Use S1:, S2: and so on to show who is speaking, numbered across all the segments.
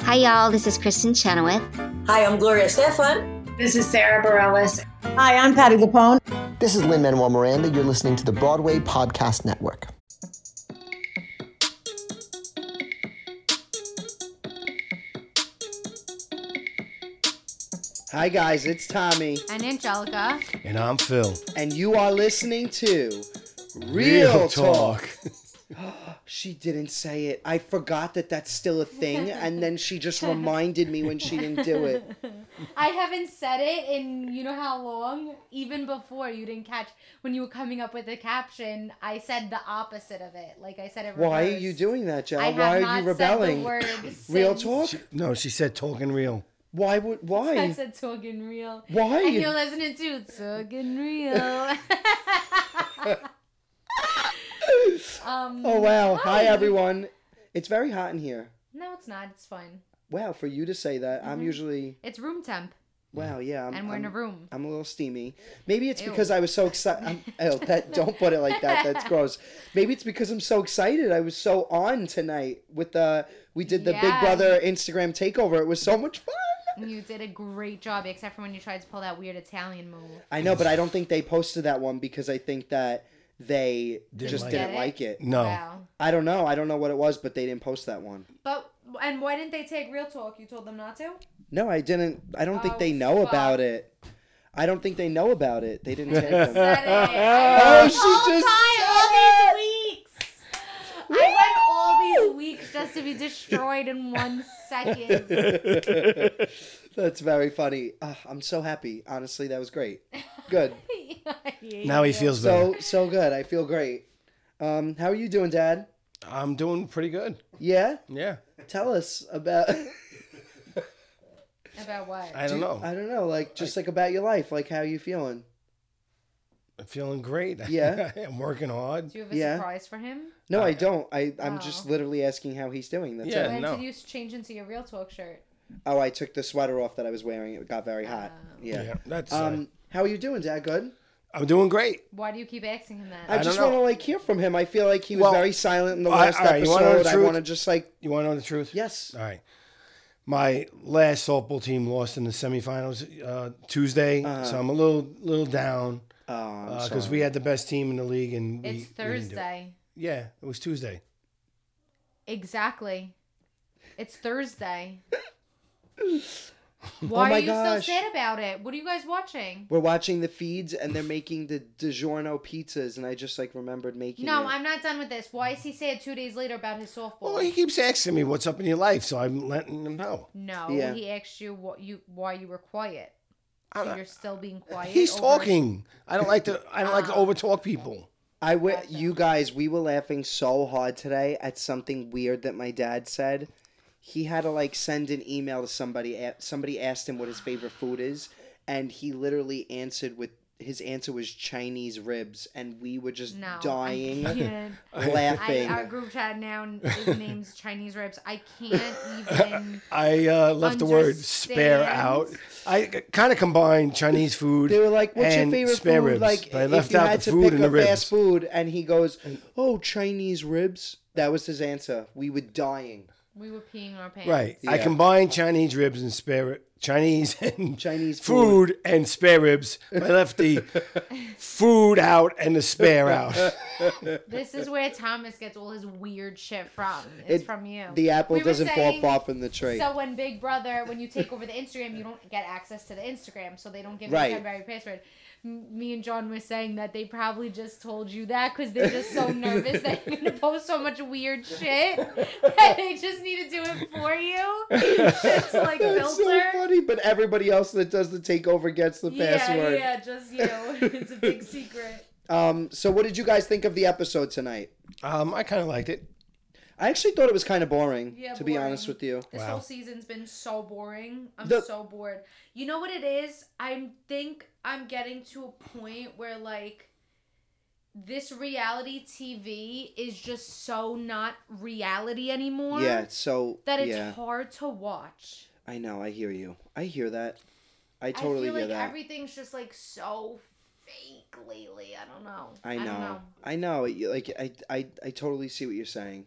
S1: Hi, y'all. This is Kristen Chenoweth.
S2: Hi, I'm Gloria Stefan.
S3: This is Sarah Bareilles.
S4: Hi, I'm Patty Lapone.
S5: This is Lynn Manuel Miranda. You're listening to the Broadway Podcast Network.
S6: Hi, guys, it's Tommy,
S7: And Angelica.
S8: And I'm Phil.
S6: and you are listening to Real, Talk. She didn't say it. I forgot that that's still a thing, and then she just reminded me when she didn't do it.
S7: I haven't said it in you know how long? Even before you didn't catch when you were coming up with the caption, I said the opposite of it. Like I said it
S6: Why are
S7: reversed.
S6: you doing that, Joe?
S7: I have
S6: Why
S7: not
S6: are you rebelling?
S7: Said the word
S6: Real
S7: since
S6: talk?
S8: No, she said talking real.
S6: Why would
S7: I
S6: why?
S7: said talking real.
S6: Why
S7: And
S6: you-
S7: you're listening to talking real. um,
S6: Oh wow! Hi everyone. It's very hot in here.
S7: No, it's not. It's fine.
S6: Wow, for you to say that. I'm usually
S7: It's room temp,
S6: wow. Yeah, I'm,
S7: Mm-hmm. and we're in a
S6: I'm-
S7: room.
S6: I'm a little steamy. Maybe it's
S7: Ew.
S6: because I was so excited. Oh, that don't put it like that. That's gross. Maybe it's because I'm so excited. I was so on tonight with the we did the Big
S7: Yeah.
S6: Brother Instagram takeover. It was so much fun.
S7: You did a great job, except for when you tried to pull that weird Italian move.
S6: I know, but I don't think they posted that one because I think that they
S8: Didn't
S6: just
S8: like
S6: didn't
S7: it.
S6: like it.
S8: No.
S7: Wow.
S6: I don't know. I don't know what it was, but they didn't post that one.
S7: But and why didn't they take real talk? You told them not to.
S6: No, I didn't. I don't think
S7: Oh,
S6: they know
S7: fuck.
S6: about it. I don't think they know about it. They didn't take them.
S7: Said it.
S8: Oh,
S7: I went
S6: she
S7: all
S6: just
S7: time, all these weeks. I went all these weeks just to be destroyed in one second.
S6: That's very funny. Ah, I'm so happy. Honestly, that was great. Good.
S8: Now he feels better.
S6: So so good. I feel great. Um, how are you doing, Dad?
S8: I'm doing pretty good.
S6: Yeah.
S8: Yeah.
S6: Tell us about.
S7: About what?
S8: I don't know.
S6: I don't know. Like just like about your life. Like how you feeling?
S8: I'm feeling great.
S6: Yeah.
S8: I'm working hard.
S7: Do you have a
S6: Yeah.
S7: surprise for him?
S6: No, I don't. I I'm just
S7: Oh.
S6: literally asking how he's doing. That's
S8: Yeah.
S6: it.
S7: when
S8: no.
S7: did you change into your real talk shirt?
S6: Oh, I took the sweater off that I was wearing. It got very hot.
S7: Oh.
S8: Yeah.
S6: Yeah.
S8: that's.
S6: Um, how are you doing, Dad? Good.
S8: uh, I'm doing great.
S7: Why do you keep asking him that?
S6: I,
S8: I don't
S6: just
S8: know.
S6: want to like hear from him. I feel like he was
S8: Well,
S6: very silent in the
S8: I-
S6: last
S8: all right, you wanna know the
S6: episode. I
S8: truth?
S6: want to just like
S8: You want to know the truth?
S6: yes.
S8: All right. My last softball team lost in the semifinals uh, Tuesday, so I'm a little little down
S6: Oh, Uh-huh. I'm
S8: because
S6: sorry.
S8: Uh, we had the best team in the league and we,
S7: it's
S8: we didn't do it.
S7: Thursday.
S8: Yeah, it was Tuesday.
S7: Exactly. It's Thursday.
S8: Oh
S7: Why
S6: my
S7: are you
S6: gosh.
S7: so sad about it? What are you guys watching?
S6: We're watching the feeds and they're making the DiGiorno pizzas, and I just like remembered making.
S7: No,
S6: it.
S7: I'm not done with this. Why is he sad two days later about his softball?
S8: Well, he keeps asking me what's up in your life, so I'm letting him know.
S7: no,
S6: Yeah.
S7: he asked you what you why you were quiet.
S8: I'm
S7: So
S8: not-
S7: you're still being
S6: Uh,
S7: quiet.
S8: He's
S7: over-
S8: talking. I don't like to. I don't like
S6: Ah.
S8: to overtalk people.
S6: I w- you guys, we were laughing so hard today at something weird that my dad said. He had to like send an email to somebody. a- Somebody asked him what his favorite food is, and he literally answered with his answer was Chinese ribs, and we were just
S7: No,
S6: dying
S7: I can't. I,
S6: laughing.
S7: our group chat now his name's Chinese ribs. I can't even.
S8: I uh, left the word spare
S7: Understand.
S8: out. I kind of combined Chinese food.
S6: They were like, "What's your
S8: and
S6: favorite
S8: spare
S6: food?"
S8: Ribs,
S6: like,
S8: but I
S6: if
S8: left
S6: you
S8: out
S6: had
S8: the
S6: to
S8: food
S6: pick
S8: and the
S6: a
S8: ribs.
S6: fast food, and he goes, "Oh, Chinese ribs." That was his answer. We were dying.
S7: We were peeing our pants.
S8: Right. I
S6: Yeah.
S8: combined Chinese ribs and spare ri- Chinese and
S6: Chinese food.
S8: food. and spare ribs. I left the food out and the spare out.
S7: This is where Thomas gets all his weird shit from. It's
S6: It-
S7: from you.
S6: The apple
S7: We were
S6: doesn't
S7: saying-
S6: fall far from the tree.
S7: So when Big Brother, when you take over the Instagram, you don't get access to the Instagram, so they don't give
S6: Right.
S7: you a temporary password. M- Me and John were saying that they probably just told you that because they're just so nervous that you're gonna post so much weird shit that they just need to do it for you. It's like
S6: That's so
S7: filter.
S6: funny, but everybody else that does the takeover gets the password.
S7: Yeah, yeah, just you. it's a big secret.
S6: Um, so what did you guys think of the episode tonight?
S8: Um, I kind of liked it.
S6: I actually thought it was kind of boring,
S7: Yeah,
S6: to be
S7: boring.
S6: honest with you.
S7: This
S8: Wow.
S7: whole season's been so boring. I'm
S6: The-
S7: so bored. You know what it is? I think I'm getting to a point where like this reality TV is just so not reality anymore.
S6: Yeah, it's so
S7: That it's
S6: yeah.
S7: hard to watch.
S6: I know, I hear you. I hear that. I
S7: I
S6: totally
S7: feel
S6: hear
S7: like
S6: that.
S7: everything's just like so fake lately. I don't know.
S6: I
S7: don't
S6: know. I know. You- Like I, I, I totally see what you're saying.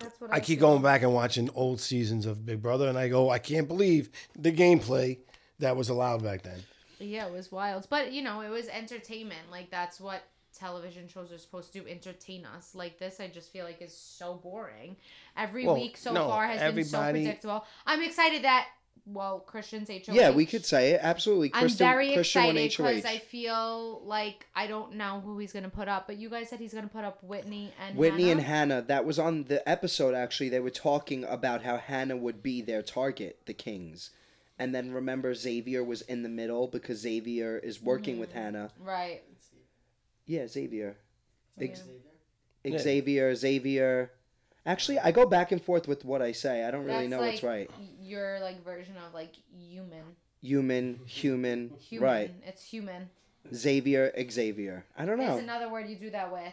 S7: That's what
S8: I keep going back and watching old seasons of Big Brother, and I go, I can't believe the gameplay that was allowed back then.
S7: Yeah, it was wild. But, you know, it was entertainment. Like, that's what television shows are supposed to do entertain us. Like, this, I just feel like is so boring. Every
S8: Well,
S7: week so
S8: no,
S7: far has been
S8: everybody-
S7: so predictable. I'm excited that, well, Christian's HOH.
S6: Yeah, we could say it absolutely.
S7: I'm
S6: Kristen,
S7: very
S6: Christian won
S7: excited because
S6: HOH.
S7: I feel like I don't know who he's going to put up. But you guys said he's going to put up Whitney and
S6: Whitney and
S7: Hannah.
S6: Hannah. That was on the episode. Actually, they were talking about how Hannah would be their target, the Kings, and then remember Xavier was in the middle because Xavier is working
S7: Mm-hmm.
S6: with Hannah.
S7: Right.
S6: Yeah, Xavier. Ex-
S8: Yeah.
S6: Xavier, Xavier. Actually, I go back and forth with what I say. I don't really
S7: That's
S6: know
S7: like
S6: what's right.
S7: Your like version of like human.
S6: Human, human,
S7: Human.
S6: right?
S7: It's human.
S6: Xavier, Xavier. I don't know.
S7: There's another word you do that with.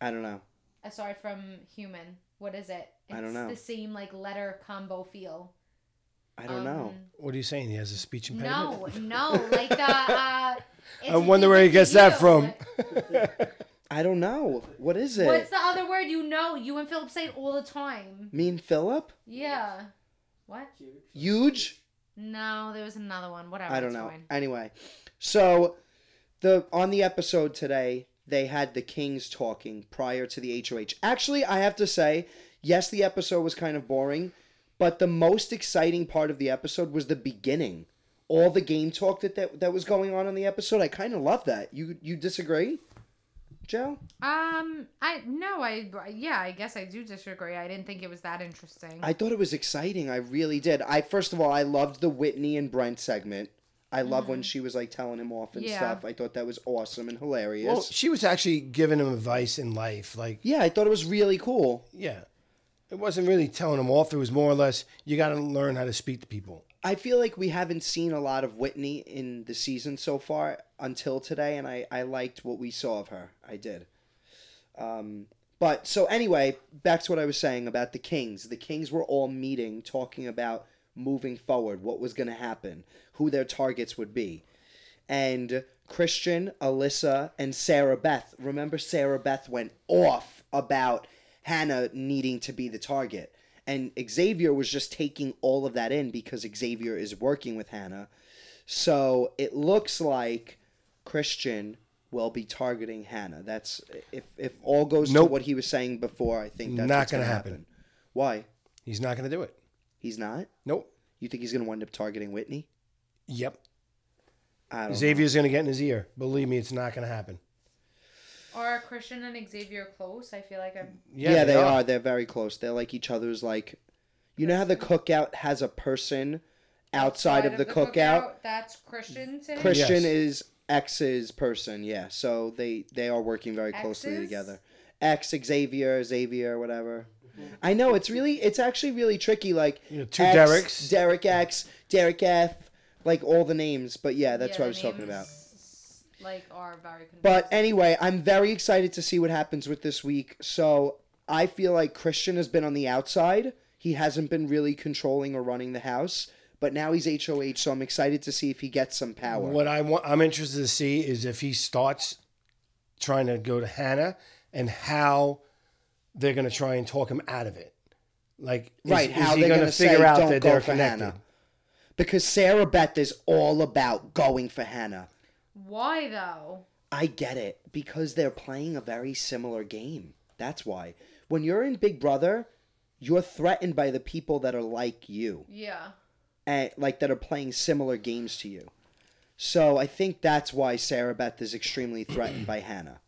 S6: I don't know.
S7: Aside from human. What is it? It's
S6: I don't know.
S7: the same like letter combo feel.
S6: I don't know.
S7: Um,
S8: What are you saying? He has a speech impediment.
S7: No, no, like the. Uh,
S8: I wonder where he gets that from.
S6: I don't know. What is it?
S7: What's the other word you know? You and Philip say it all the time.
S6: mean Philip?
S7: Yeah. What?
S6: Huge?
S7: No, there was another one. Whatever.
S6: I don't
S7: it's
S6: know.
S7: Oh, fine.
S6: Anyway, so the on the episode today they had the Kings talking prior to the HOH. Actually, I have to say, yes, the episode was kind of boring, but the most exciting part of the episode was the beginning. All the game talk that that, that was going on in the episode, I kind of love that. You you disagree, Joe?
S7: Um, I no, I yeah, I guess I do disagree. I didn't think it was that interesting.
S6: I thought it was exciting. I really did. I first of all, I loved the Whitney and Brent segment. I love when she was like telling him off and
S7: Mm. Yeah.
S6: stuff. I thought that was awesome and hilarious.
S8: Well, she was actually giving him advice in life. Like,
S6: yeah, I thought it was really cool.
S8: yeah, it wasn't really telling him off. It was more or less, you got to learn how to speak to people.
S6: I feel like we haven't seen a lot of Whitney in the season so far until today, and I, I liked what we saw of her. I did. Um, but so anyway, back to what I was saying about the Kings. The Kings were all meeting, talking about moving forward, what was going to happen, who their targets would be. And Christian, Alyssa, and Sarah Beth. Remember, Sarah Beth went off about Hannah needing to be the target. And Xavier was just taking all of that in because Xavier is working with Hannah. So it looks like Christian will be targeting Hannah. That's if if all goes
S8: Nope.
S6: to what he was saying before, I think that's
S8: Not
S6: what's
S8: gonna
S6: gonna
S8: happen.
S6: happen. Why?
S8: He's not going to do it.
S6: He's not?
S8: Nope.
S6: You think he's gonna wind up targeting Whitney?
S8: Yep.
S6: I don't know.
S8: Xavier's going to get in his ear. Believe me, it's not going to happen.
S7: Are Christian and Xavier close? I feel like I'm.
S6: Yeah, they, are. They're very close. They're like each other's like you know how the cookout has a person outside, of the, cookout?
S7: that's Christian. To him?
S6: Christian
S8: Yes.
S6: is X's person, yeah. So they they are working very closely
S7: X's?
S6: together. X Xavier, Xavier, whatever. I know it's really it's actually really tricky like
S8: You know, two
S6: X,
S8: Derek's.
S6: Derek X, Derek F, like all the names, but yeah, that's
S7: Yeah,
S6: what I
S7: the
S6: was talking about.
S7: names, Like are very. Confusing.
S6: But anyway, I'm very excited to see what happens with this week. So I feel like Christian has been on the outside. He hasn't been really controlling or running the house, but now he's HOH, so I'm excited to see if he gets some power.
S8: What I want, I'm interested to see is if he starts trying to go to Hannah and how they're going to try and talk him out of it. Like, is,
S6: Right,
S8: is
S6: how
S8: he
S6: they're
S8: going to
S6: gonna say,
S8: figure out
S6: "Don't
S8: that
S6: go
S8: they're
S6: for
S8: connected?
S6: Hannah." Because Sarah Beth is all about going for Hannah.
S7: why though?
S6: I get it, because they're playing a very similar game. That's why. When you're in Big Brother, you're threatened by the people that are like you.
S7: Yeah.
S6: and like that are playing similar games to you. So I think that's why Sarah Beth is extremely threatened by Hannah.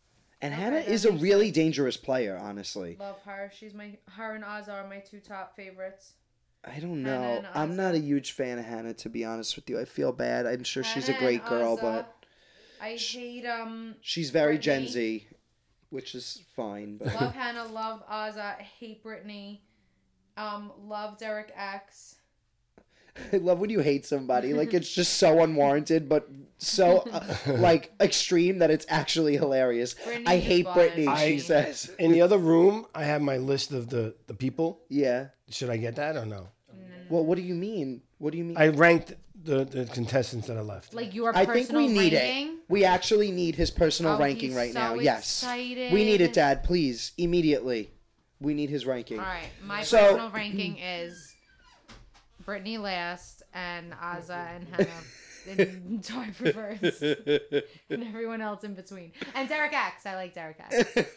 S6: And
S7: Okay,
S6: Hannah
S7: that
S6: is a
S7: makes
S6: really dangerous player, honestly.
S7: Love her. She's my her and Oz are my two top favorites.
S6: I don't
S7: Hannah
S6: know.
S7: and
S6: I'm
S7: Ozza.
S6: not a huge fan of Hannah to be honest with you. I feel bad. I'm sure she's a
S7: Hannah
S6: great
S7: and
S6: girl,
S7: Ozza.
S6: but
S7: I hate um.
S6: she's very Gen
S7: Brittany.
S6: Z, which is fine. But
S7: Love Hannah. Love Ozza. Hate Brittany. Um. Love Derek X.
S6: I love when you hate somebody. Like it's just so unwarranted, but so uh, like extreme that it's actually hilarious.
S7: Brittany
S6: I
S7: just
S6: hate
S7: bothers
S6: Brittany.
S7: me.
S6: She says,
S8: In the other room, I have my list of the, the people.
S6: "Yeah."
S8: Should I get that or no?
S6: Well, what do you mean? What do you mean?
S8: I ranked the, the contestants that are left.
S7: Like your
S6: I
S7: personal
S6: think we need
S7: ranking.
S6: it. We actually need his personal
S7: Oh,
S6: ranking
S7: he's
S6: right now.
S7: so
S6: Yes. We need it,
S7: excited.
S6: Dad, please. Immediately. We need his ranking.
S7: All right, my
S6: So-
S7: personal ranking is Brittany last and Aza and Hannah in Toy Reverse and everyone else in between. And Derek X. I like Derek X.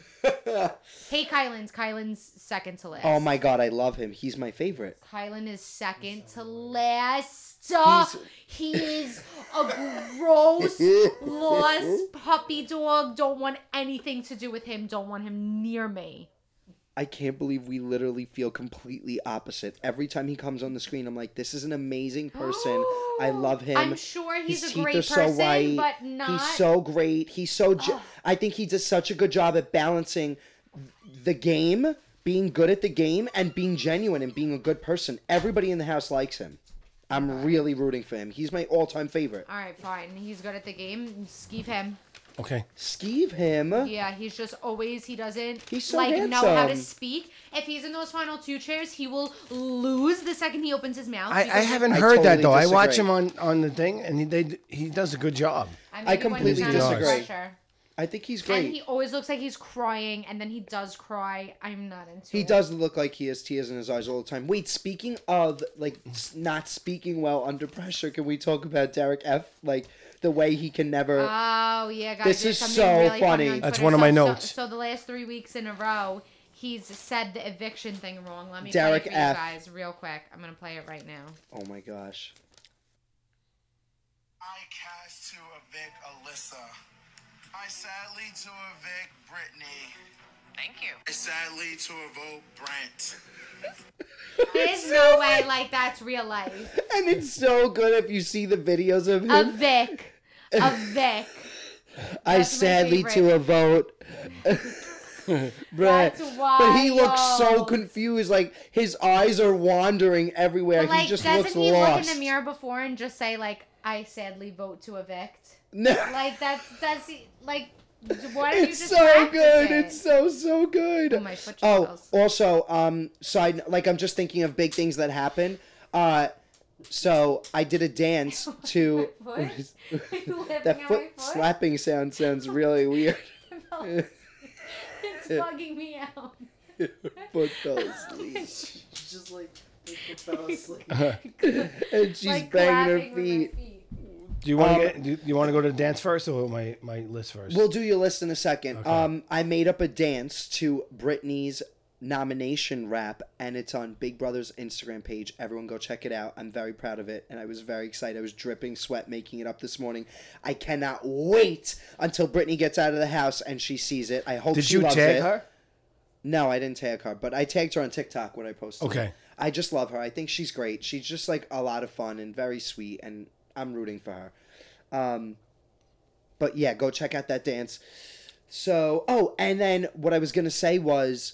S7: hey, Kylan's. Kylan's second to last.
S6: oh my god, I love him. He's my favorite.
S7: Kylan is second to last. Uh, he is a gross, lost puppy dog. Don't want anything to do with him. Don't want him near me.
S6: I can't believe we literally feel completely opposite. Every time he comes on the screen, I'm like, this is an amazing person. I love him.
S7: I'm sure he's
S6: His
S7: a
S6: teeth
S7: great
S6: are so
S7: person,
S6: white.
S7: but not.
S6: He's so great. He's so. Ju- I think he does such a good job at balancing the game, being good at the game, and being genuine and being a good person. Everybody in the house likes him. I'm really rooting for him. He's my all-time favorite.
S7: All right, fine. He's good at the game. Skeeve him.
S8: Okay.
S6: Skeeve him.
S7: Yeah, he's just always he doesn't
S6: He's so
S7: like know how to
S6: handsome.
S7: speak. If he's in those final two chairs, he will lose the second he opens his mouth.
S8: I, I
S7: because-
S8: haven't
S6: I
S8: heard that
S6: totally
S8: though. I watch
S6: disagree.
S8: him on, on the thing, and he they, he does a good job.
S7: mean,
S6: I
S7: he went
S6: completely
S7: down under
S8: disagree.
S7: pressure.
S6: I think he's great.
S7: And he always looks like he's crying, and then he does cry. I'm not into
S6: He
S7: it.
S6: does look like he has tears in his eyes all the time. Wait, speaking of like s- not speaking well under pressure, can we talk about Derek F? Like the way he can never.
S7: Oh yeah, guys.
S6: This
S7: there's
S6: is
S7: something
S6: so
S7: really
S6: funny.
S7: on
S8: That's
S7: Twitter.
S8: one of my
S7: So- so-
S8: notes.
S7: So, the last three weeks in a row, he's said the eviction thing wrong. Let me
S6: Derek
S7: play it for
S6: F.
S7: you guys real quick. I'm gonna play it right now.
S6: oh my gosh.
S4: I cast to evict Alyssa. I sadly to evict Brittany.
S9: Thank you.
S4: I sadly to evoke Brent.
S7: There's no way like that's real life.
S6: And it's so good if you see the videos of
S7: A
S6: him.
S7: Vic. A Vic.
S6: I
S7: that's my
S6: sadly to
S7: favorite.
S6: a vote. Brett.
S7: That's
S6: But he looks so
S7: wild.
S6: confused. Like his eyes are wandering everywhere.
S7: But, like,
S6: he just
S7: doesn't
S6: looks
S7: he look
S6: lost.
S7: in the mirror before and just say like, "I sadly vote to evict"?
S6: No.
S7: Like that's does he like? Why don't you
S6: It's
S7: just
S6: so
S7: practice
S6: good.
S7: it?
S6: It's so so good.
S7: Oh, my foot just
S6: Oh,
S7: fell.
S6: also, um, side like I'm just thinking of big things that happen. Uh, so I did a dance to
S7: Foot? Are you laughing
S6: that
S7: at my
S6: foot slapping sound. Sounds really weird.
S7: it's bugging me out.
S6: foot fell asleep,
S10: Just like people fell asleep.
S6: and she's banging her feet.
S8: Do you want
S6: Um,
S8: to get? Do you want to go to the dance first or my my list first?
S6: We'll do your list in a second. Um, I made up a dance to Britney's nomination rap, and it's on Big Brother's Instagram page. Everyone go check it out. I'm very proud of it, and I was very excited. I was dripping sweat making it up this morning. I cannot wait until Britney gets out of the house and she sees it. I hope
S8: Did
S6: she
S8: you
S6: loves
S8: tag
S6: it.
S8: her?
S6: No, I didn't tag her, but I tagged her on TikTok when I posted. it.
S8: Okay.
S6: I just love her. I think she's great. She's just like a lot of fun and very sweet, and I'm rooting for her. Um, but yeah, go check out that dance. So, oh, and then what I was gonna say was,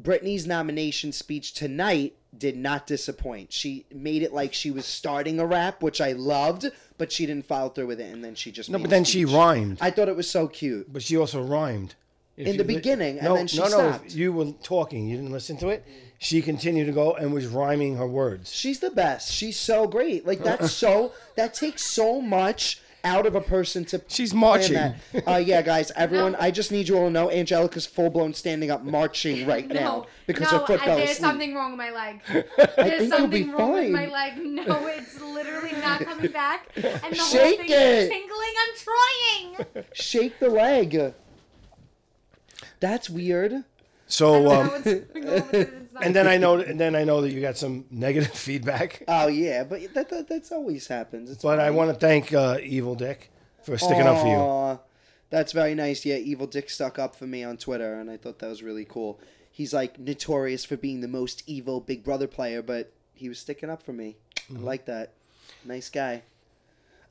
S6: Britney's nomination speech tonight did not disappoint. She made it like she was starting a rap, which I loved, but she didn't follow through with it, and then she just
S8: No,
S6: made
S8: but
S6: a
S8: then she
S6: speech.
S8: rhymed.
S6: I thought it was so cute.
S8: But she also rhymed. If
S6: In the
S8: li-
S6: beginning, and then she
S8: no,
S6: stopped.
S8: No, you were talking. You didn't listen to it. She continued to go and was rhyming her words.
S6: She's the best. She's so great. Like that's so that takes so much out of a person to
S8: She's
S6: plan
S8: marching.
S6: that. Uh, yeah, guys, everyone, I just need you all to know Angelica's full blown standing up marching right now
S7: No,
S6: because
S7: no,
S6: her foot
S7: I-
S6: fell
S7: there's
S6: asleep.
S7: something wrong with my leg.
S6: I
S7: There's
S6: think you'll be
S7: something wrong with my
S6: fine.
S7: leg. No, it's literally not coming back. And the whole
S6: Shake
S7: thing
S6: it.
S7: is tingling. I'm trying.
S6: Shake the leg. That's weird.
S8: So,
S7: I don't
S8: um,
S7: know what's going on with it. It's not-
S8: and then I know, and then I know that you got some negative feedback.
S6: Oh yeah, but that, that that's always happens. It's
S8: But I
S6: fine.
S8: want to thank uh, Evil Dick for sticking up for you.
S6: Aw, That's very nice. Yeah, Evil Dick stuck up for me on Twitter, and I thought that was really cool. He's like notorious for being the most evil Big Brother player, but he was sticking up for me.
S8: Mm-hmm.
S6: I like that. Nice guy.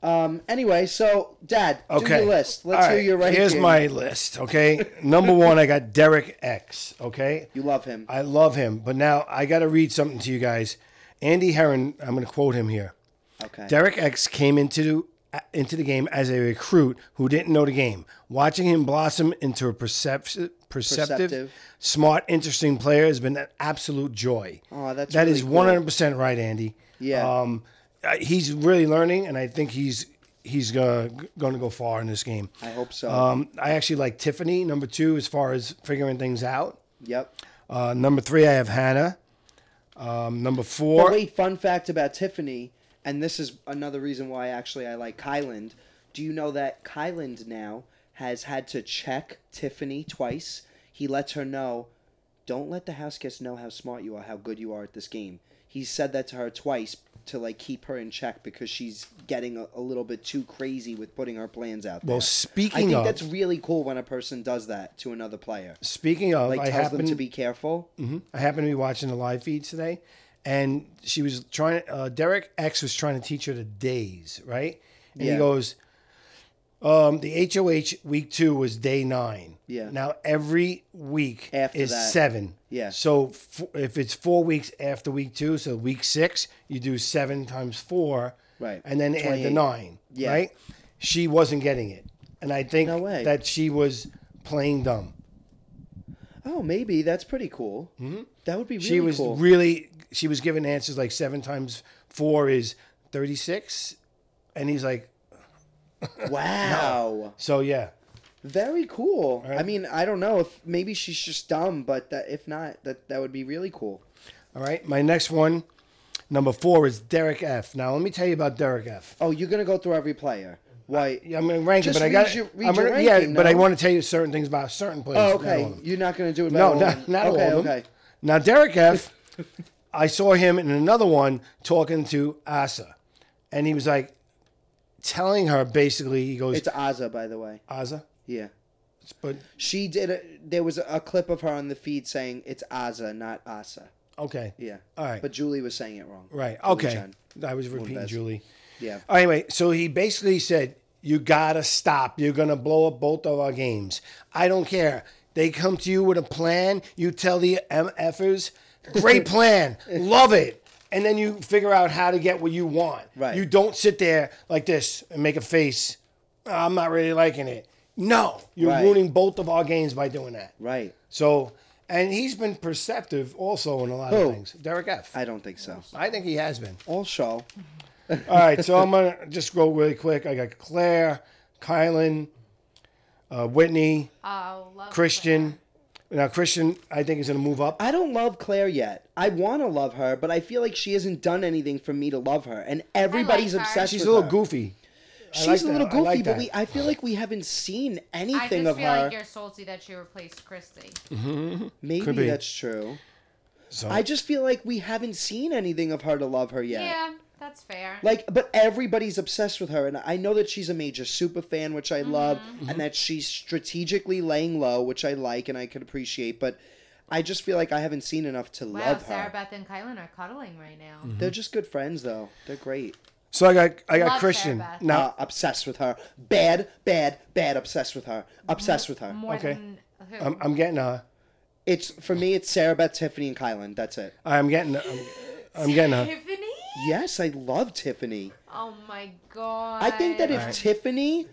S6: Um. Anyway, so Dad,
S8: Okay.
S6: do your list. Let's
S8: All
S6: hear
S8: right,
S6: your ranking.
S8: Here's my list. Okay, number one, I got Derek X. Okay,
S6: You love him.
S8: I love him, but now I got to read something to you guys. Andy Heron, I'm going to quote him here.
S6: Okay.
S8: Derek X came into into the game as a recruit who didn't know the game. Watching him blossom into a perceptive, perceptive,
S6: Perceptive.
S8: smart, interesting player has been an absolute joy.
S6: Aw, that's
S8: That
S6: really
S8: is
S6: cool.
S8: 100% right, Andy.
S6: Yeah.
S8: Um, uh, he's really learning, and I think he's he's going to go far in this game.
S6: I hope so.
S8: uh, Um, I actually like Tiffany number two as far as figuring things out.
S6: yep.
S8: Uh, number three, I have Hannah. Um, number four,
S6: But wait, fun fact about Tiffany, and this is another reason why actually I like Kyland. Do you know that Kyland now has had to check Tiffany twice? He lets her know, don't let the house guests know how smart you are, how good you are at this game. He said that to her twice to like keep her in check because she's getting a, a little bit too crazy with putting her plans out there.
S8: well, speaking
S6: I think
S8: of
S6: that's really cool when a person does that to another player.
S8: speaking of,
S6: Like
S8: I
S6: tells
S8: happen
S6: them to be careful.
S8: Mhm. I happened to be watching the live feed today, and she was trying. Uh, Derek X was trying to teach her the days, right? And he
S6: Yeah.
S8: goes, um, "The HOH week two was day nine.
S6: Yeah.
S8: Now every week
S6: After
S8: is
S6: that.
S8: seven.
S6: Yeah.
S8: So f- if it's four weeks after week two, so week six, you do seven times four,
S6: Right.
S8: And then add the
S6: 28.
S8: nine,
S6: Yeah.
S8: right? She wasn't getting it, and I think
S6: No way.
S8: that she was playing dumb.
S6: Oh, maybe that's pretty cool. Mm-hmm. That would be really
S8: she was
S6: cool.
S8: really she was giving answers like seven times four is 36 and he's like
S6: Wow.
S8: so yeah
S6: Very cool. I mean, I don't know if maybe she's just dumb, but that, if not, that that would be really cool.
S8: all right my next one number four is derek f now let me tell you about derek f
S6: Oh, you're gonna go through every player.
S8: Uh, Yeah,
S6: Why?
S8: i'm gonna rank it
S6: Just
S8: but i
S6: read
S8: got
S6: your- read
S8: I'm
S6: your
S8: gonna- yeah
S6: ranking,
S8: but i
S6: no?
S8: want to tell you certain things about certain players
S6: Oh,
S8: not all
S6: okay.
S8: of them.
S6: You're not gonna do it.
S8: no
S6: all
S8: not,
S6: of them.
S8: not
S6: okay,
S8: all of them
S6: okay.
S8: now derek f i saw him in another one talking to asa and he was like telling her basically he goes
S6: It's Azza, by the way.
S8: asa
S6: Yeah.
S8: but
S6: She did. A, there was a clip of her on the feed saying it's Azza, not Asa.
S8: okay
S6: Yeah.
S8: All right.
S6: But Julie was saying it wrong.
S8: Right.
S6: Julie
S8: okay.
S6: Chen.
S8: I was repeating
S6: Lopez.
S8: Julie.
S6: Yeah.
S8: Anyway, so he basically said, "You gotta stop. You're gonna blow up both of our games. I don't care. They come to you with a plan. You tell the mfers, great plan, love it." And then you figure out how to get what you want.
S6: Right.
S8: You don't sit there like this and make a face. I'm not really liking it. No, you're
S6: Right.
S8: ruining both of our games by doing that.
S6: Right.
S8: So, and he's been perceptive also in a lot
S6: Who?
S8: of things. Derek F. I
S6: I don't think so.
S8: think he has been.
S6: Also,
S8: All right, so I'm gonna just go really quick. I got Claire, Kylan, uh, Whitney,
S7: Oh, love
S8: Christian. Now Christian, I think is gonna move up.
S6: I don't love Claire yet. I want to love her, but I feel like she hasn't done anything for me to love her, and everybody's
S7: I like her.
S6: obsessed.
S8: She's
S6: with
S8: a little
S6: her.
S8: goofy.
S6: She's
S8: like
S6: a little
S8: that. I
S6: goofy,
S8: like
S6: but
S8: that.
S6: we I feel like we haven't seen
S7: I just
S6: anything
S7: feel
S6: of her.
S7: like you're salty that she replaced Christy.
S6: Maybe
S8: Could be.
S6: that's true.
S8: So
S6: I just feel like we haven't seen anything of her to love her yet.
S7: Yeah, that's fair.
S6: Like, but everybody's obsessed with her, and I know that she's a major super fan, which I love,
S7: Mm-hmm.
S6: and that she's strategically laying low, which I like and I could appreciate. But I just feel like I haven't seen enough to
S7: wow,
S6: love
S7: Sarah
S6: her. Mm.
S7: Beth and Kylan are cuddling right now.
S6: They're just good friends, though. They're great.
S8: so I got I got
S7: Love
S8: Christian.
S7: Sarah Beth.
S8: Now
S6: uh, obsessed with her. Bad, bad, bad. Obsessed with her. Obsessed with her.
S7: More
S8: Okay.
S7: than who?
S8: I'm, I'm getting uh
S6: It's for me. It's Sarah Beth, Tiffany, and Kylan. That's it.
S8: I'm getting I'm, I'm getting uh
S7: Tiffany?
S6: Yes, I love Tiffany.
S7: Oh my god.
S6: I think that if
S8: Alright.
S6: Tiffany,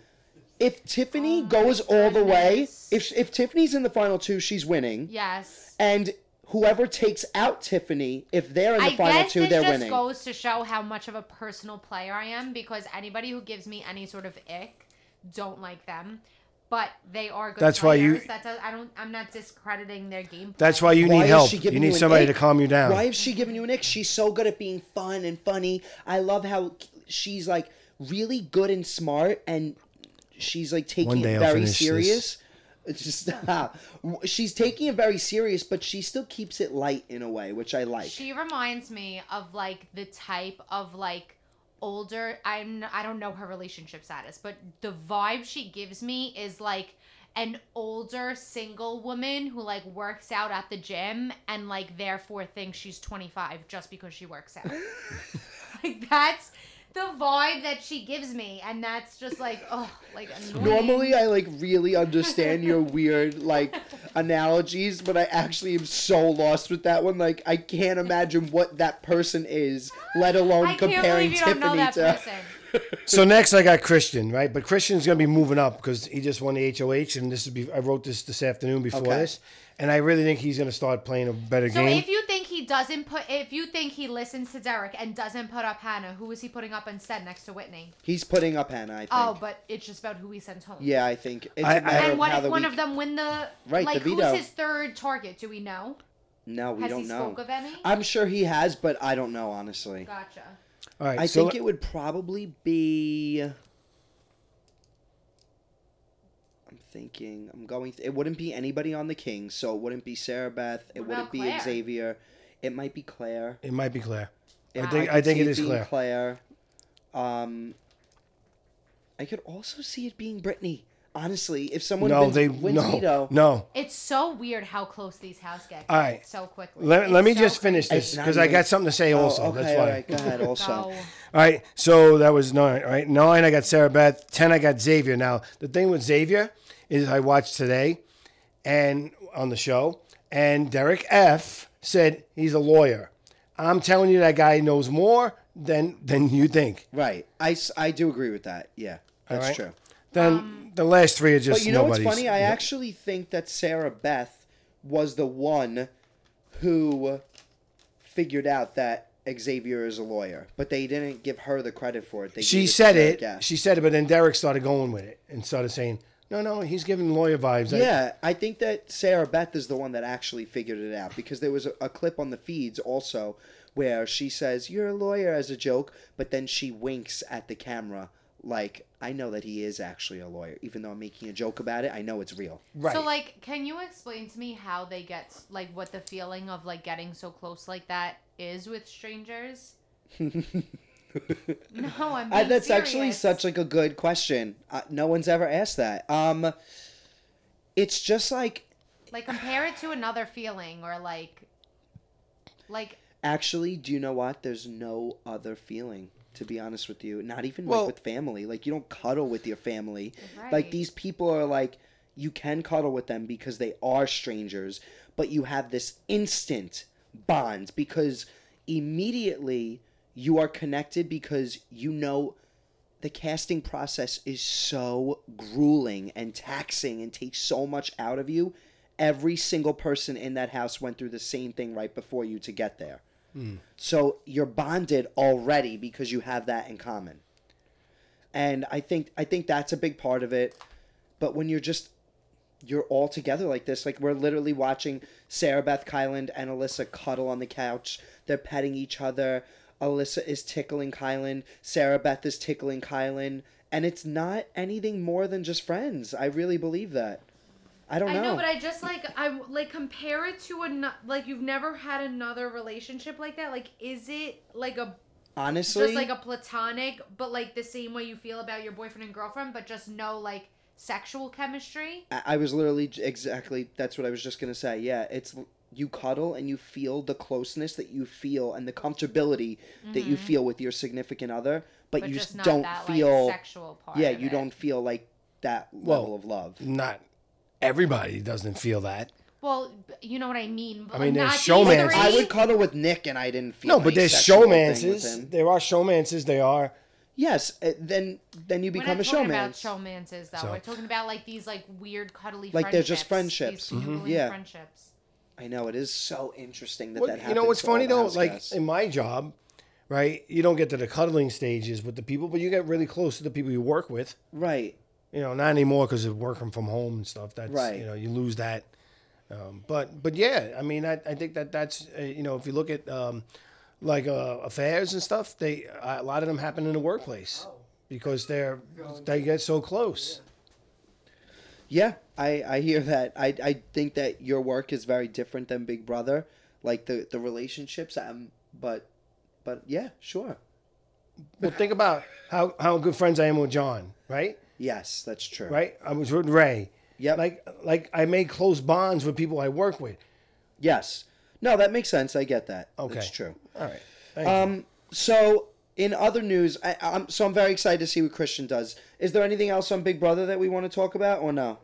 S6: if Tiffany goes all the way,
S7: Oh, goodness.
S6: if if Tiffany's in the final two, she's winning.
S7: Yes.
S6: And whoever takes out Tiffany, if they're in the
S7: I
S6: final
S7: guess
S6: two,
S7: it
S6: they're
S7: just
S6: winning.
S7: goes to show how much of a personal player I am because anybody who gives me any sort of ick, don't like them. But they are good.
S8: That's why you-
S7: players. That does, I don't. I'm not discrediting their game.
S8: that's why you need
S6: is
S8: help.
S6: she
S8: You
S6: giving
S8: need
S6: an
S8: somebody to
S6: ick?
S8: calm you down.
S6: Why is she giving you an ick? She's so good at being fun and funny. I love how she's like really good and smart, and she's like taking
S8: One day
S6: it
S8: I'll
S6: very
S8: finish this.
S6: serious. It's Just stop. She's taking it very serious, but she still keeps it light in a way, which I like.
S7: She reminds me of like the type of like older I'm I don't know her relationship status, but the vibe she gives me is like an older single woman who like works out at the gym and like therefore thinks she's 25 just because she works out. like that's the vibe that she gives me and that's just like oh like annoying.
S6: Normally, I like really understand your weird like analogies, but I actually am so lost with that one. Like, I can't imagine what that person is, let alone
S7: I can't
S6: comparing
S7: believe you don't
S6: Tiffany
S7: know that
S6: to.
S7: person.
S8: So next I got Christian, right? But Christian's gonna be moving up because he just won the HOH, and this is be, I wrote this this afternoon before
S6: Okay.
S8: this, and I really think he's gonna start playing a better
S7: So
S8: game.
S7: if you think he doesn't put, if you think he listens to Derek and doesn't put up Hannah, who is he putting up instead next to Whitney?
S6: He's putting up Hannah. I think.
S7: Oh, but it's just about who he sends home.
S6: Yeah, I think it's
S8: I- I-
S6: a matter
S7: And
S6: of
S7: what
S6: how
S7: if
S6: the
S7: one
S6: week-
S7: of them win the
S6: Right, the
S7: like who's
S6: veto.
S7: his third target? Do we know?
S6: No, we
S7: Has
S6: don't
S7: he
S6: know.
S7: spoke of any?
S6: I'm sure he has, but I don't know honestly.
S7: Gotcha.
S8: All right.
S6: I
S8: so
S6: think it would probably be. I'm thinking. I'm going. it wouldn't be anybody on the Kings, so it wouldn't be Sarah Beth. It
S7: What
S6: wouldn't
S7: about
S6: be
S7: Claire?
S6: Xavier. It might be Claire.
S8: it might be Claire.
S6: It
S8: I think
S6: might-
S8: I think
S6: see
S8: it is
S6: being
S8: Claire.
S6: Claire. Um, I could also see it being Brittany. Honestly, if someone
S8: No,
S6: wins,
S8: they
S6: wins
S8: no
S6: veto,
S8: no.
S7: It's so weird how close these houses get
S8: All right.
S7: so quickly.
S8: Let,
S7: It's
S8: let me
S7: so
S8: just finish
S6: It's
S8: this
S6: not
S8: because I
S6: even-
S8: got something to say
S6: Oh,
S8: also.
S6: okay,
S8: That's why.
S6: all right, go ahead. Also,
S7: No.
S8: All right, so that was nine. All right, nine. I got Sarah Beth. Ten. I got Xavier. Now the thing with Xavier is I watched today, and on the show, and Derek F said he's a lawyer. I'm telling you, that guy knows more than than you think.
S6: right. I, s- I do agree with that. Yeah, that's
S8: right.
S6: true.
S8: Then the last three are just
S6: Um, But you know what's
S8: nobody's.
S6: funny? I
S8: Yeah.
S6: actually think that Sarah Beth was the one who figured out that Xavier is a lawyer, but they didn't give her the credit for it. They
S8: She
S6: gave to
S8: said
S6: Derek
S8: it.
S6: F.
S8: She said it, but then Derek started going with it and started saying, "No, no, he's giving lawyer vibes." I-
S6: Yeah, I think that Sarah Beth is the one that actually figured it out because there was a, a clip on the feeds also where she says, You're a lawyer as a joke, but then she winks at the camera like, I know that he is actually a lawyer. Even though I'm making a joke about it, I know it's real.
S8: right.
S7: So like, can you explain to me how they get like what the feeling of like getting so close like that is with strangers? no, I'm.
S6: I,
S7: Being
S6: that's
S7: serious.
S6: actually such like a good question. Uh, no one's ever asked that. Um, it's just like
S7: like compare it to another feeling or like, like
S6: Actually, do you know what? There's no other feeling, to be honest with you. Not even
S8: Well-
S6: like with family. Like you don't cuddle with your family. Like
S7: Right.
S6: these people are like you can cuddle with them because they are strangers, but you have this instant bond because immediately you are connected because you know the casting process is so grueling and taxing and takes so much out of you. Every single person in that house went through the same thing right before you to get there. So you're bonded already because you have that in common. And I think I think that's a big part of it. But when you're just you're all together like this, like we're literally watching Sarah Beth Kyland and Alyssa cuddle on the couch. They're petting each other. Alyssa is tickling Kylan. Sarah Beth is tickling Kylan. And it's not anything more than just friends. I really believe that. I don't
S7: I
S6: know.
S7: know, but I just like I like compare it to another like you've never had another relationship like that. Like, is it like a
S6: Honestly,
S7: just like a platonic, but like the same way you feel about your boyfriend and girlfriend, but just no like sexual chemistry?
S6: I I was literally j- exactly that's what I was just gonna say. Yeah, it's l- you cuddle and you feel the closeness that you feel and the comfortability that you feel with your significant other, but,
S7: Mm-hmm. But
S6: you
S7: just
S6: s-
S7: not
S6: don't
S7: that
S6: feel
S7: like sexual part.
S6: yeah,
S7: of
S6: you
S7: it.
S6: don't feel like that
S8: Well,
S6: level of love.
S8: Not everybody doesn't feel that.
S7: Well, b- you know what I mean. But
S8: I mean,
S7: like,
S8: there's
S7: not
S8: showmans.
S7: these
S6: I
S7: three.
S6: would cuddle with Nick and I didn't feel
S8: No, but
S6: any
S8: there's
S6: sexual thing with
S8: showmances.
S6: him.
S8: There are showmances. They are.
S6: Yes, uh, then then you
S7: We're
S6: become
S7: not
S6: a
S7: talking
S6: showman.
S7: about showmances, though.
S8: So-
S7: We're talking about like these like weird cuddly
S6: Like, they're just friendships. Mm-hmm.
S7: These canoodling
S6: Yeah.
S7: friendships.
S6: I know it is so interesting that
S8: What-
S6: that happens.
S8: you know what's
S6: to all
S8: funny
S6: the
S8: though?
S6: house
S8: Like
S6: guests.
S8: in my job, right? You don't get to the cuddling stages with the people, but you get really close to the people you work with.
S6: right,
S8: You know, not anymore because of working from home and stuff. That's
S6: Right.
S8: You know, you lose that. Um, but but yeah, I mean, I, I think that that's uh, you know, if you look at um, like uh, affairs and stuff, they a lot of them happen in the workplace because they're they get so close.
S6: Yeah, I, I hear that. I, I think that your work is very different than Big Brother, like the the relationships. Um, but but yeah, sure.
S8: Well, think about how how good friends I am with John, right?
S6: Yes, that's true.
S8: Right? I was with Ray.
S6: Yep.
S8: Like like I made close bonds with people I work with.
S6: Yes. No, that makes sense. I get that.
S8: Okay.
S6: that's true.
S8: All right.
S6: Um. So in other news, I, I'm so I'm very excited to see what Christian does. Is there anything else on Big Brother that we want to talk about or no?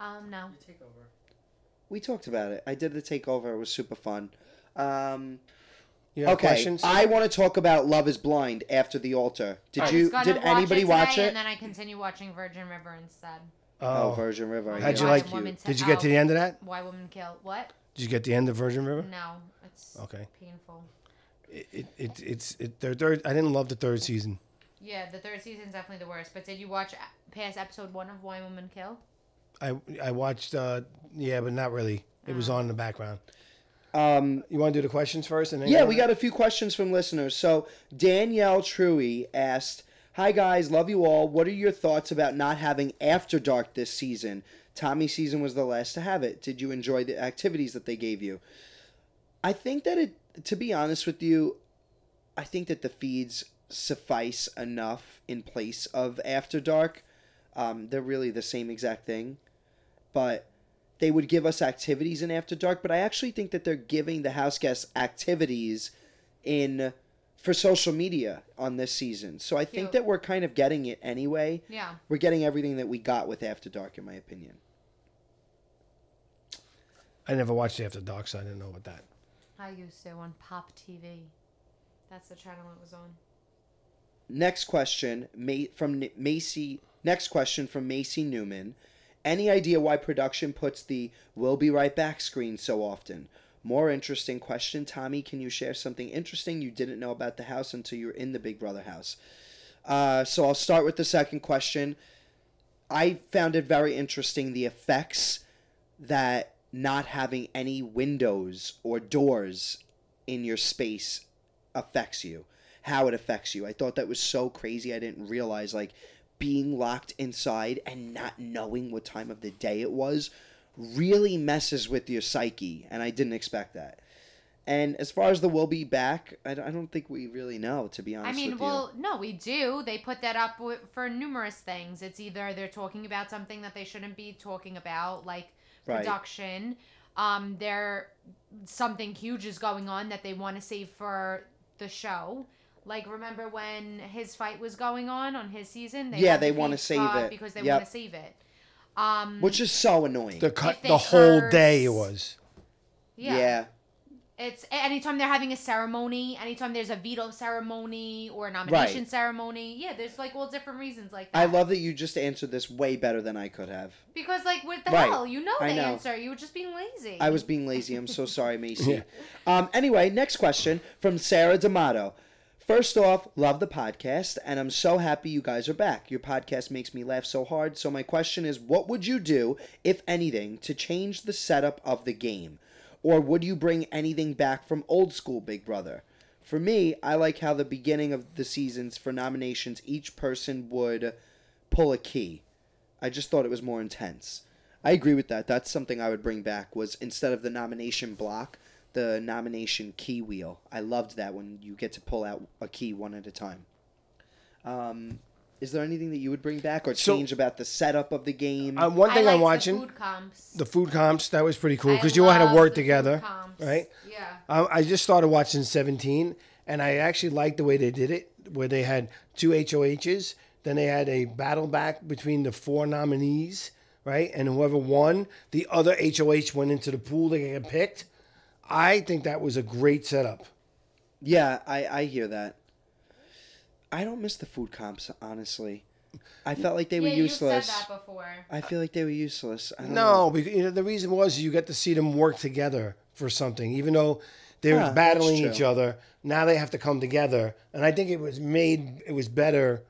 S7: Um, no.
S6: We talked about it. I did the takeover. It was super fun. Um.
S8: you have
S6: Okay.
S8: questions?
S6: I want to talk about Love Is Blind after the altar. Did
S7: I'm
S6: you?
S7: just gonna
S6: Did anybody
S7: it
S6: watch
S7: today,
S6: it?
S7: And then I continue watching Virgin River instead.
S6: Oh,
S8: oh,
S6: Virgin River. I
S8: How'd
S6: guess.
S8: you
S7: Why
S8: like-
S7: did women
S8: did
S7: ta-
S8: you get to
S7: oh,
S8: the end of that?
S7: Why women kill? What?
S8: Did you get the end of Virgin River?
S7: No, it's
S8: Okay.
S7: painful.
S8: It, it, it it's it their third I didn't love the third season.
S7: Yeah, the third season's definitely the worst. But did you watch a- past episode one of Why Women Kill? Mm.
S8: I I watched uh yeah, but not really. It was on in the background.
S7: Um,
S8: You want to do the questions first, and then
S6: Yeah, we got a few questions from listeners. So Danielle Truey asked, "Hi guys, love you all. What are your thoughts about not having After Dark this season? Tommy season was the last to have it. Did you enjoy the activities that they gave you?" I think that it. To be honest with you, I think that the feeds suffice enough in place of After Dark. Um, they're really the same exact thing, but they would give us activities in After Dark, but I actually think that they're giving the house guests activities in for social media on this season. So I think
S7: Cute.
S6: that we're kind of getting it anyway.
S7: Yeah.
S6: We're getting everything that we got with After Dark, in my opinion.
S8: I never watched After Dark, so I didn't know about that.
S7: I used to on Pop TV. That's the channel it was on.
S6: Next question Ma- from N- Macy. Next question from Macy Newman. Any idea why production puts the "We'll be right back" screen so often? More interesting question, Tommy. Can you share something interesting you didn't know about the house until you were in the Big Brother house? Uh, so I'll start with the second question. I found it very interesting the effects that not having any windows or doors in your space affects you how it affects you i thought that was so crazy i didn't realize like being locked inside and not knowing what time of the day it was really messes with your psyche and i didn't expect that and as far as the will be back i I don't think we really know to be
S7: I
S6: honest
S7: mean,
S6: with
S7: well, no, we do. They put that up wi- for numerous things. It's either they're talking about something that they shouldn't be talking about, like
S6: Right.
S7: production. Um, there, something huge is going on that they want to save for the show. Like, remember when his fight was going on on his season?
S6: Yeah,
S7: had
S6: they
S7: the
S6: wanna
S7: fake
S6: save
S7: squad
S6: it.
S7: Because they
S6: Yep.
S7: want to save it. Um,
S6: you which is so annoying
S8: The cut,
S7: they
S8: the whole
S7: curse-
S8: day it was.
S7: yeah.
S6: yeah.
S7: It's a- anytime they're having a ceremony, anytime there's a veto ceremony or a nomination
S6: Right.
S7: ceremony. Yeah, there's like all different reasons like that.
S6: i love that you just answered this way better than i could have
S7: Because like what the
S6: Right.
S7: hell? You know the
S6: I know.
S7: answer. You were just being lazy.
S6: I was being lazy. I'm so sorry, Macy. Um, anyway, next question from Sarah D'Amato. First off, love the podcast, and I'm so happy you guys are back. Your podcast makes me laugh so hard. So, my question is what would you do, if anything, to change the setup of the game? Or would you bring anything back from old school Big Brother? For me, I like how the beginning of the seasons for nominations, each person would pull a key. I just thought it was more intense. I agree with that. That's something I would bring back was instead of the nomination block, the nomination key wheel. I loved that when you get to pull out a key one at a time. Um, is there anything that you would bring back or
S8: So-
S6: change about the setup of the game?
S8: Um, one
S7: I
S8: thing
S7: liked
S8: I'm watching
S7: the food comps.
S8: the food comps. That was pretty cool
S7: I
S8: because you all had to
S7: love
S8: work
S7: the food
S8: together,
S7: comps.
S8: right?
S7: Yeah.
S8: Um, I just started watching 17, and I actually liked the way they did it, where they had two HOHs, then they had a battle back between the four nominees, right? And whoever won, the other HOH went into the pool to get picked. I think that was a great setup.
S6: yeah, I, I hear that. I don't miss the food comps, honestly. I felt like they were
S7: yeah, you've
S6: useless.
S7: said that before.
S6: I feel like they were useless. I don't know.
S8: No, because you know, the reason was you get to see them work together for something, even though they were
S6: Ah, that's
S8: battling
S6: true.
S8: each other. Now they have to come together, and I think it was made it was better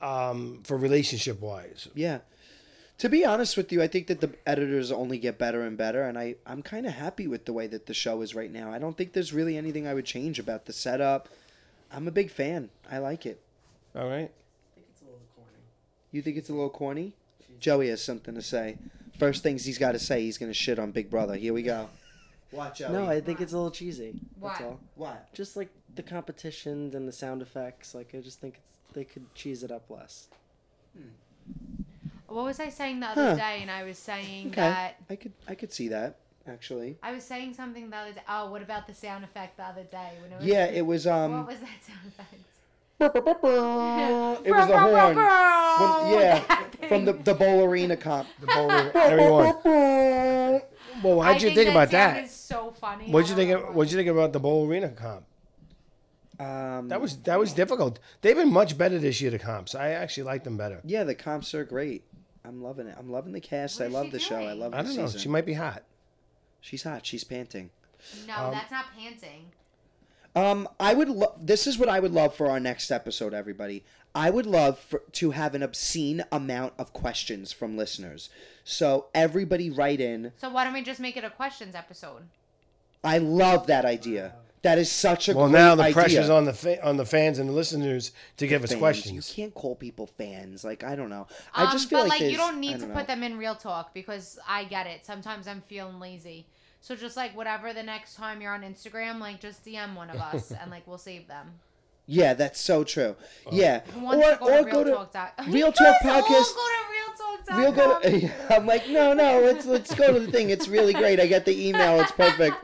S8: um, for relationship wise.
S6: Yeah. To be honest with you, I think that the editors only get better and better, and I, I'm kind of happy with the way that the show is right now. I don't think there's really anything I would change about the setup. I'm a big fan. I like it.
S8: All right.
S10: think it's a little corny.
S6: You think it's a little corny? Joey has something to say. First things he's got to say, he's going to shit on Big Brother. Here we go. Watch out.
S10: No, I think it's a little cheesy.
S7: Why?
S6: What?
S10: Just like the competitions and the sound effects. Like I just think it's, they could cheese it up less.
S7: What was I saying the other
S6: Huh.
S7: day? And I was saying
S6: Okay.
S7: that
S6: I could I could see that actually.
S7: I was saying something the other day. Oh, what about the sound effect the other day? When it was,
S6: Yeah, it was um
S7: What was that sound effect?
S6: it was the horn. When- yeah,
S7: That thing.
S6: from the the bowl arena comp.
S8: The bowler, everyone. Well,
S7: I
S8: how'd you think about
S7: sound
S8: that?
S7: is so funny.
S8: What'd you
S7: I
S8: think?
S7: don't
S8: Of,
S7: know.
S8: what'd you think about the bowl arena comp?
S6: Um,
S8: That was that was difficult. They've been much better this year. The comps. I actually like them better.
S6: Yeah, the comps are great. I'm loving it. I'm loving the cast.
S7: What
S6: I
S7: is
S6: love
S7: she
S6: the show. I
S7: doing?
S6: love the
S8: I don't know.
S6: season.
S8: She might be hot.
S6: She's hot. She's panting.
S7: No,
S8: um,
S7: that's not panting.
S6: Um, I would love. This is what I would love for our next episode, everybody. I would love for, to have an obscene amount of questions from listeners. So everybody, write in.
S7: So why don't we just make it a questions episode?
S6: I love that idea. That is such a
S8: Well,
S6: great
S8: now the
S6: idea.
S8: pressure's on the fa- on the fans and the listeners to give us
S6: Fans.
S8: questions.
S6: You can't call people fans. Like I don't know.
S7: Um,
S6: I just feel
S7: but like,
S6: like
S7: you
S6: there's-
S7: don't need
S6: I
S7: to
S6: know.
S7: put them in real talk because I get it. Sometimes I'm feeling lazy. So just like whatever the next time you're on Instagram, like just DM one of us and like we'll save them.
S6: Yeah, that's so true.
S8: Oh.
S6: yeah,
S7: Who
S6: or
S7: wants to go
S6: or
S7: to
S6: go
S7: real
S6: to
S7: talk dot-
S6: Real Talk
S7: Yes, all
S6: Podcast-
S7: go to
S6: We'll go
S7: realtalk.com.
S6: to, I'm like, no, no, let's let's go to the thing. It's really great. I got the email. It's perfect.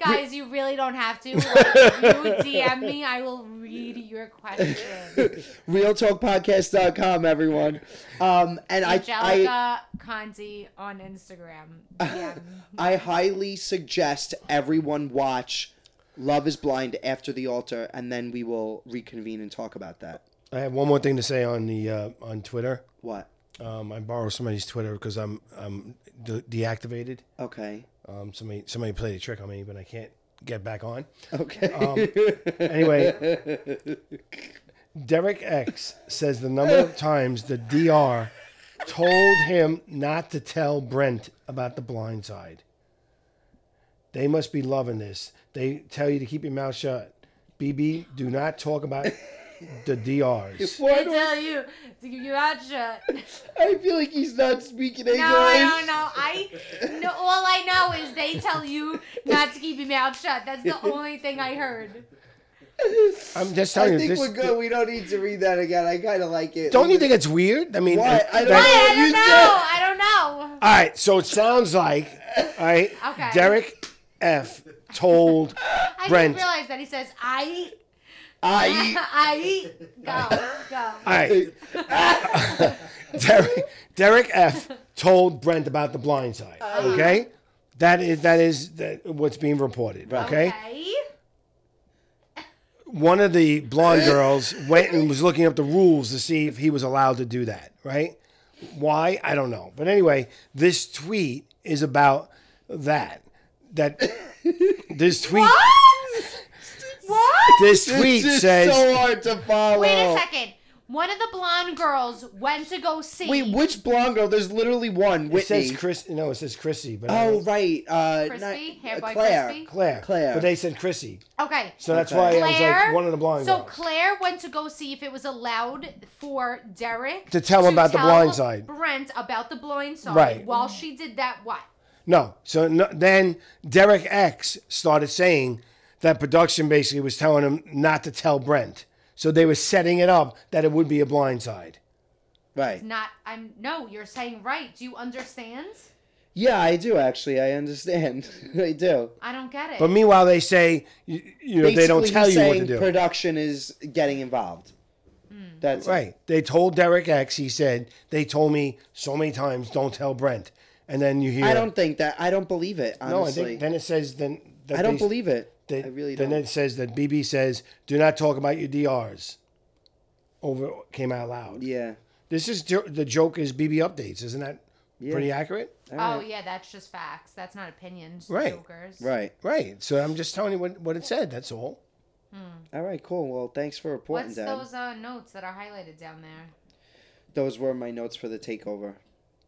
S7: Guys, you really don't have to. Like, if you DM me, I will read your question.
S6: Realtalkpodcast.com, everyone. Um, and I, I
S7: Angelica Conti on Instagram. DM.
S6: I highly suggest everyone watch Love Is Blind after the altar, and then we will reconvene and talk about that.
S8: I have one more thing to say on the uh, on Twitter.
S6: What?
S8: Um, I borrow somebody's Twitter because I'm I'm de- deactivated.
S6: Okay.
S8: Um, somebody somebody played a trick on me, but I can't get back on.
S6: Okay.
S8: Um, Anyway, Derek X says the number of times the DR told him not to tell Brent about the blind side. They must be loving this. They tell you to keep your mouth shut. BB, do not talk about the DRs.
S7: I
S6: Why do I,
S7: tell you to give you out shut.
S6: I feel like he's not speaking English.
S7: No, I don't know. I no, all I know is they tell you not to keep your mouth shut. That's the only thing I heard.
S8: I'm just
S6: I
S8: telling you
S6: think
S8: this.
S6: we're good. We don't need to read that again. I kind of like it.
S8: Don't you think it's weird? I mean, uh,
S6: Why? I don't
S8: that-
S6: know.
S7: I
S6: You
S7: don't know. I don't know.
S8: All right, so it sounds like, all right,
S7: Okay.
S8: Derek F told
S7: I
S8: Brent.
S7: didn't realize that he says I
S6: I
S7: I go go.
S8: All right. Derek, Derek F told Brent about the blind side.
S6: Uh-huh.
S8: Okay? That is that is that what's being reported. Okay?
S7: Okay.
S8: One of the blonde girls went and was looking up the rules to see if he was allowed to do that, right? Why? I don't know. But anyway, this tweet is about that. That this tweet
S7: What? What?
S8: this
S6: it's
S8: tweet
S6: just
S8: says
S6: so hard to follow.
S7: Wait a second. One of the blonde girls went to go see.
S6: Wait, which blonde girl? There's literally one.
S8: It
S6: Whitney.
S8: says Chris. No, it says Chrissy. But I
S6: oh
S8: don't-
S6: right, uh,
S7: Crispy?
S6: not-
S7: Hair
S6: uh,
S7: boy
S6: Claire.
S7: Crispy?
S8: Claire.
S6: Claire.
S8: But they said Chrissy.
S7: Okay.
S8: So that's
S6: Okay.
S8: why I was
S7: Claire.
S8: like one of the blind
S7: so
S8: girls.
S7: Claire went to go see if it was allowed for Derek
S8: To tell him about the
S7: tell
S8: blind side.
S7: Brent about the blind side.
S8: Right.
S7: While she did that, what?
S8: no. So no, then Derek X started saying that production basically was telling him not to tell Brent. So they were setting it up that it would be a blind side.
S6: Right.
S7: Not. I'm. No. You're saying right. Do you understand?
S6: Yeah, I do actually. I understand. I do.
S7: I don't get it.
S8: But meanwhile, they say you, you know they don't
S6: Basically,
S8: tell
S6: he's
S8: you what to
S6: saying
S8: do.
S6: Production is getting involved.
S7: Hmm.
S6: That's it.
S8: right. They told Derek X. He said they told me so many times don't tell Brent. And then you hear
S6: I don't think that. I don't believe it.
S8: no. I
S6: Honestly,
S8: think then it says then that
S6: I don't
S8: they-
S6: believe it.
S8: That,
S6: I really
S8: then
S6: don't.
S8: it says that BB says, "Do not talk about your DRs." Over came out loud.
S6: Yeah.
S8: This is jo- the joke is BB updates, isn't that pretty accurate?
S7: oh yeah, that's just facts. That's not opinions.
S8: Right.
S7: Jokers.
S6: Right.
S8: Right. So I'm just telling you what, what it said. That's all.
S6: All right. Cool. Well, thanks for reporting,
S7: What's
S6: Dad. Those?
S7: those uh, notes that are highlighted down there?
S6: were my notes for the takeover.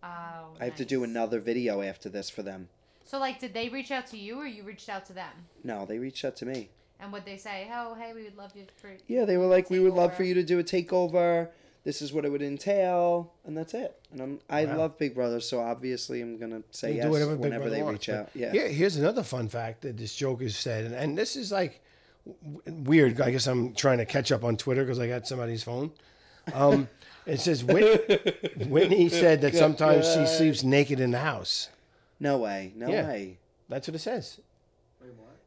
S7: Oh.
S6: I have to do
S7: nice.
S6: another video after this for them.
S7: So like, did they reach out to you, or you reached out to them?
S6: No, they reached out to me.
S7: And would they say, "Oh, hey, we would love you for"?
S6: Yeah, they were like, we would love for
S7: Takeover.
S6: you to do a takeover. This is what it would entail, and that's it. And I'm, I love Big Brother, so obviously I'm gonna say
S8: You
S6: yes
S8: do whatever Big
S6: whenever
S8: Brother
S6: they
S8: wants,
S6: reach out.
S8: but
S6: Yeah.
S8: Here, here's another fun fact that this joker said, and, and this is like w- weird. I guess I'm trying to catch up on Twitter because I got somebody's phone. Um, it says Whit- Whitney said that sometimes she sleeps naked in the house.
S6: No way. No
S8: Yeah.
S6: way.
S8: That's what it says.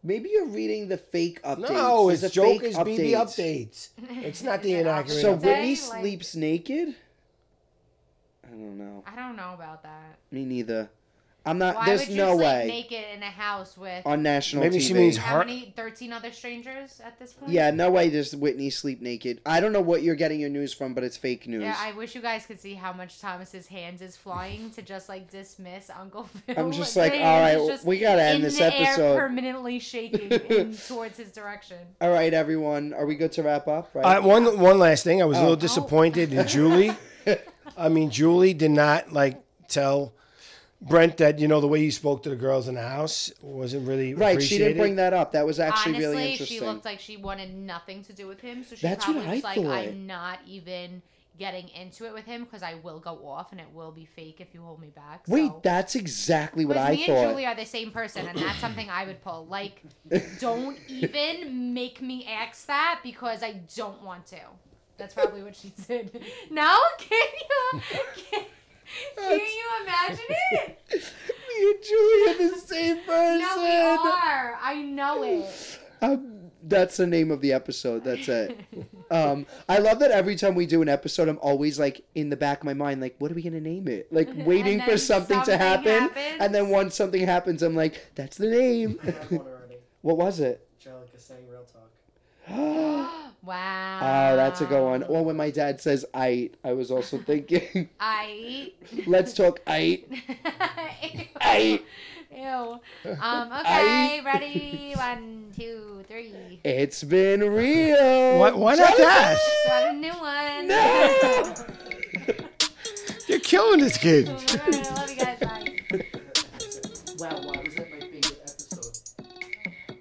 S6: Maybe you're reading the fake updates.
S8: No,
S6: There's
S8: it's
S6: a fake
S8: Joker's BB updates. It's not the inaccurate.
S6: So
S8: updates.
S6: Whitney
S7: Say, like-
S6: sleeps naked. I don't know.
S7: I don't know about that.
S6: Me neither. I'm not.
S7: Why
S6: there's
S7: would you
S6: no
S7: sleep
S6: way
S7: naked in a house with
S6: on national
S8: Maybe
S6: TV.
S8: she means
S7: how
S8: Har-
S7: many? Thirteen other strangers at this point.
S6: yeah, no way does Whitney sleep naked. I don't know what you're getting your news from, but it's fake news.
S7: Yeah, I wish you guys could see how much Thomas's hands is flying to just like dismiss Uncle Phil.
S6: I'm just
S7: His
S6: like,
S7: hands
S6: all
S7: is
S6: right,
S7: just
S6: we gotta end
S7: in
S6: this
S7: the air
S6: episode.
S7: permanently shaking in, towards his direction.
S6: All right, everyone. Are we good to wrap up? Right.
S8: I, one one last thing, I was a
S6: Oh.
S8: little disappointed in Julie. I mean, Julie did not like tell Brent that you know the way he spoke to the girls in the house wasn't really
S6: Right, she
S8: Appreciated.
S6: didn't bring that up. That was actually
S7: Honestly,
S6: really interesting.
S7: she looked like she wanted nothing to do with him. So she
S6: That's what
S7: probably was
S6: I
S7: like,
S6: thought.
S7: I'm not even getting into it with him because I will go off and it will be fake if you hold me back. So.
S6: Wait, that's exactly what
S7: Because
S6: I
S7: me
S6: thought.
S7: and Julie are the same person, and that's something I would pull. Like, don't even make me ask that because I don't want to. That's probably what she said. No, can you? Can, can you imagine it?
S6: Me and Julie are the same person.
S7: No, we are. I know it.
S6: Um, that's the name of the episode. That's it. um, I love that every time we do an episode, I'm always like in the back of my mind, like, what are we gonna name it? Like waiting
S7: And
S6: for
S7: then
S6: something, to
S7: something
S6: happen,
S7: happens.
S6: and then once something happens, I'm like, that's the name.
S10: I have one already.
S6: what was it?
S10: Angelica saying real talk.
S6: oh,
S7: Wow.
S6: Ah, that's a good one. Well, when my dad says "I," I was also thinking,
S7: I.
S6: let's talk "I."
S7: Ew. Ew. Um, okay, ready? One, two, three.
S6: It's been real.
S8: Why, why not that?
S7: Got a new one.
S6: No!
S8: You're killing this kid.
S7: Alright, I love you guys. Bye.
S10: Wow, why was that my favorite episode?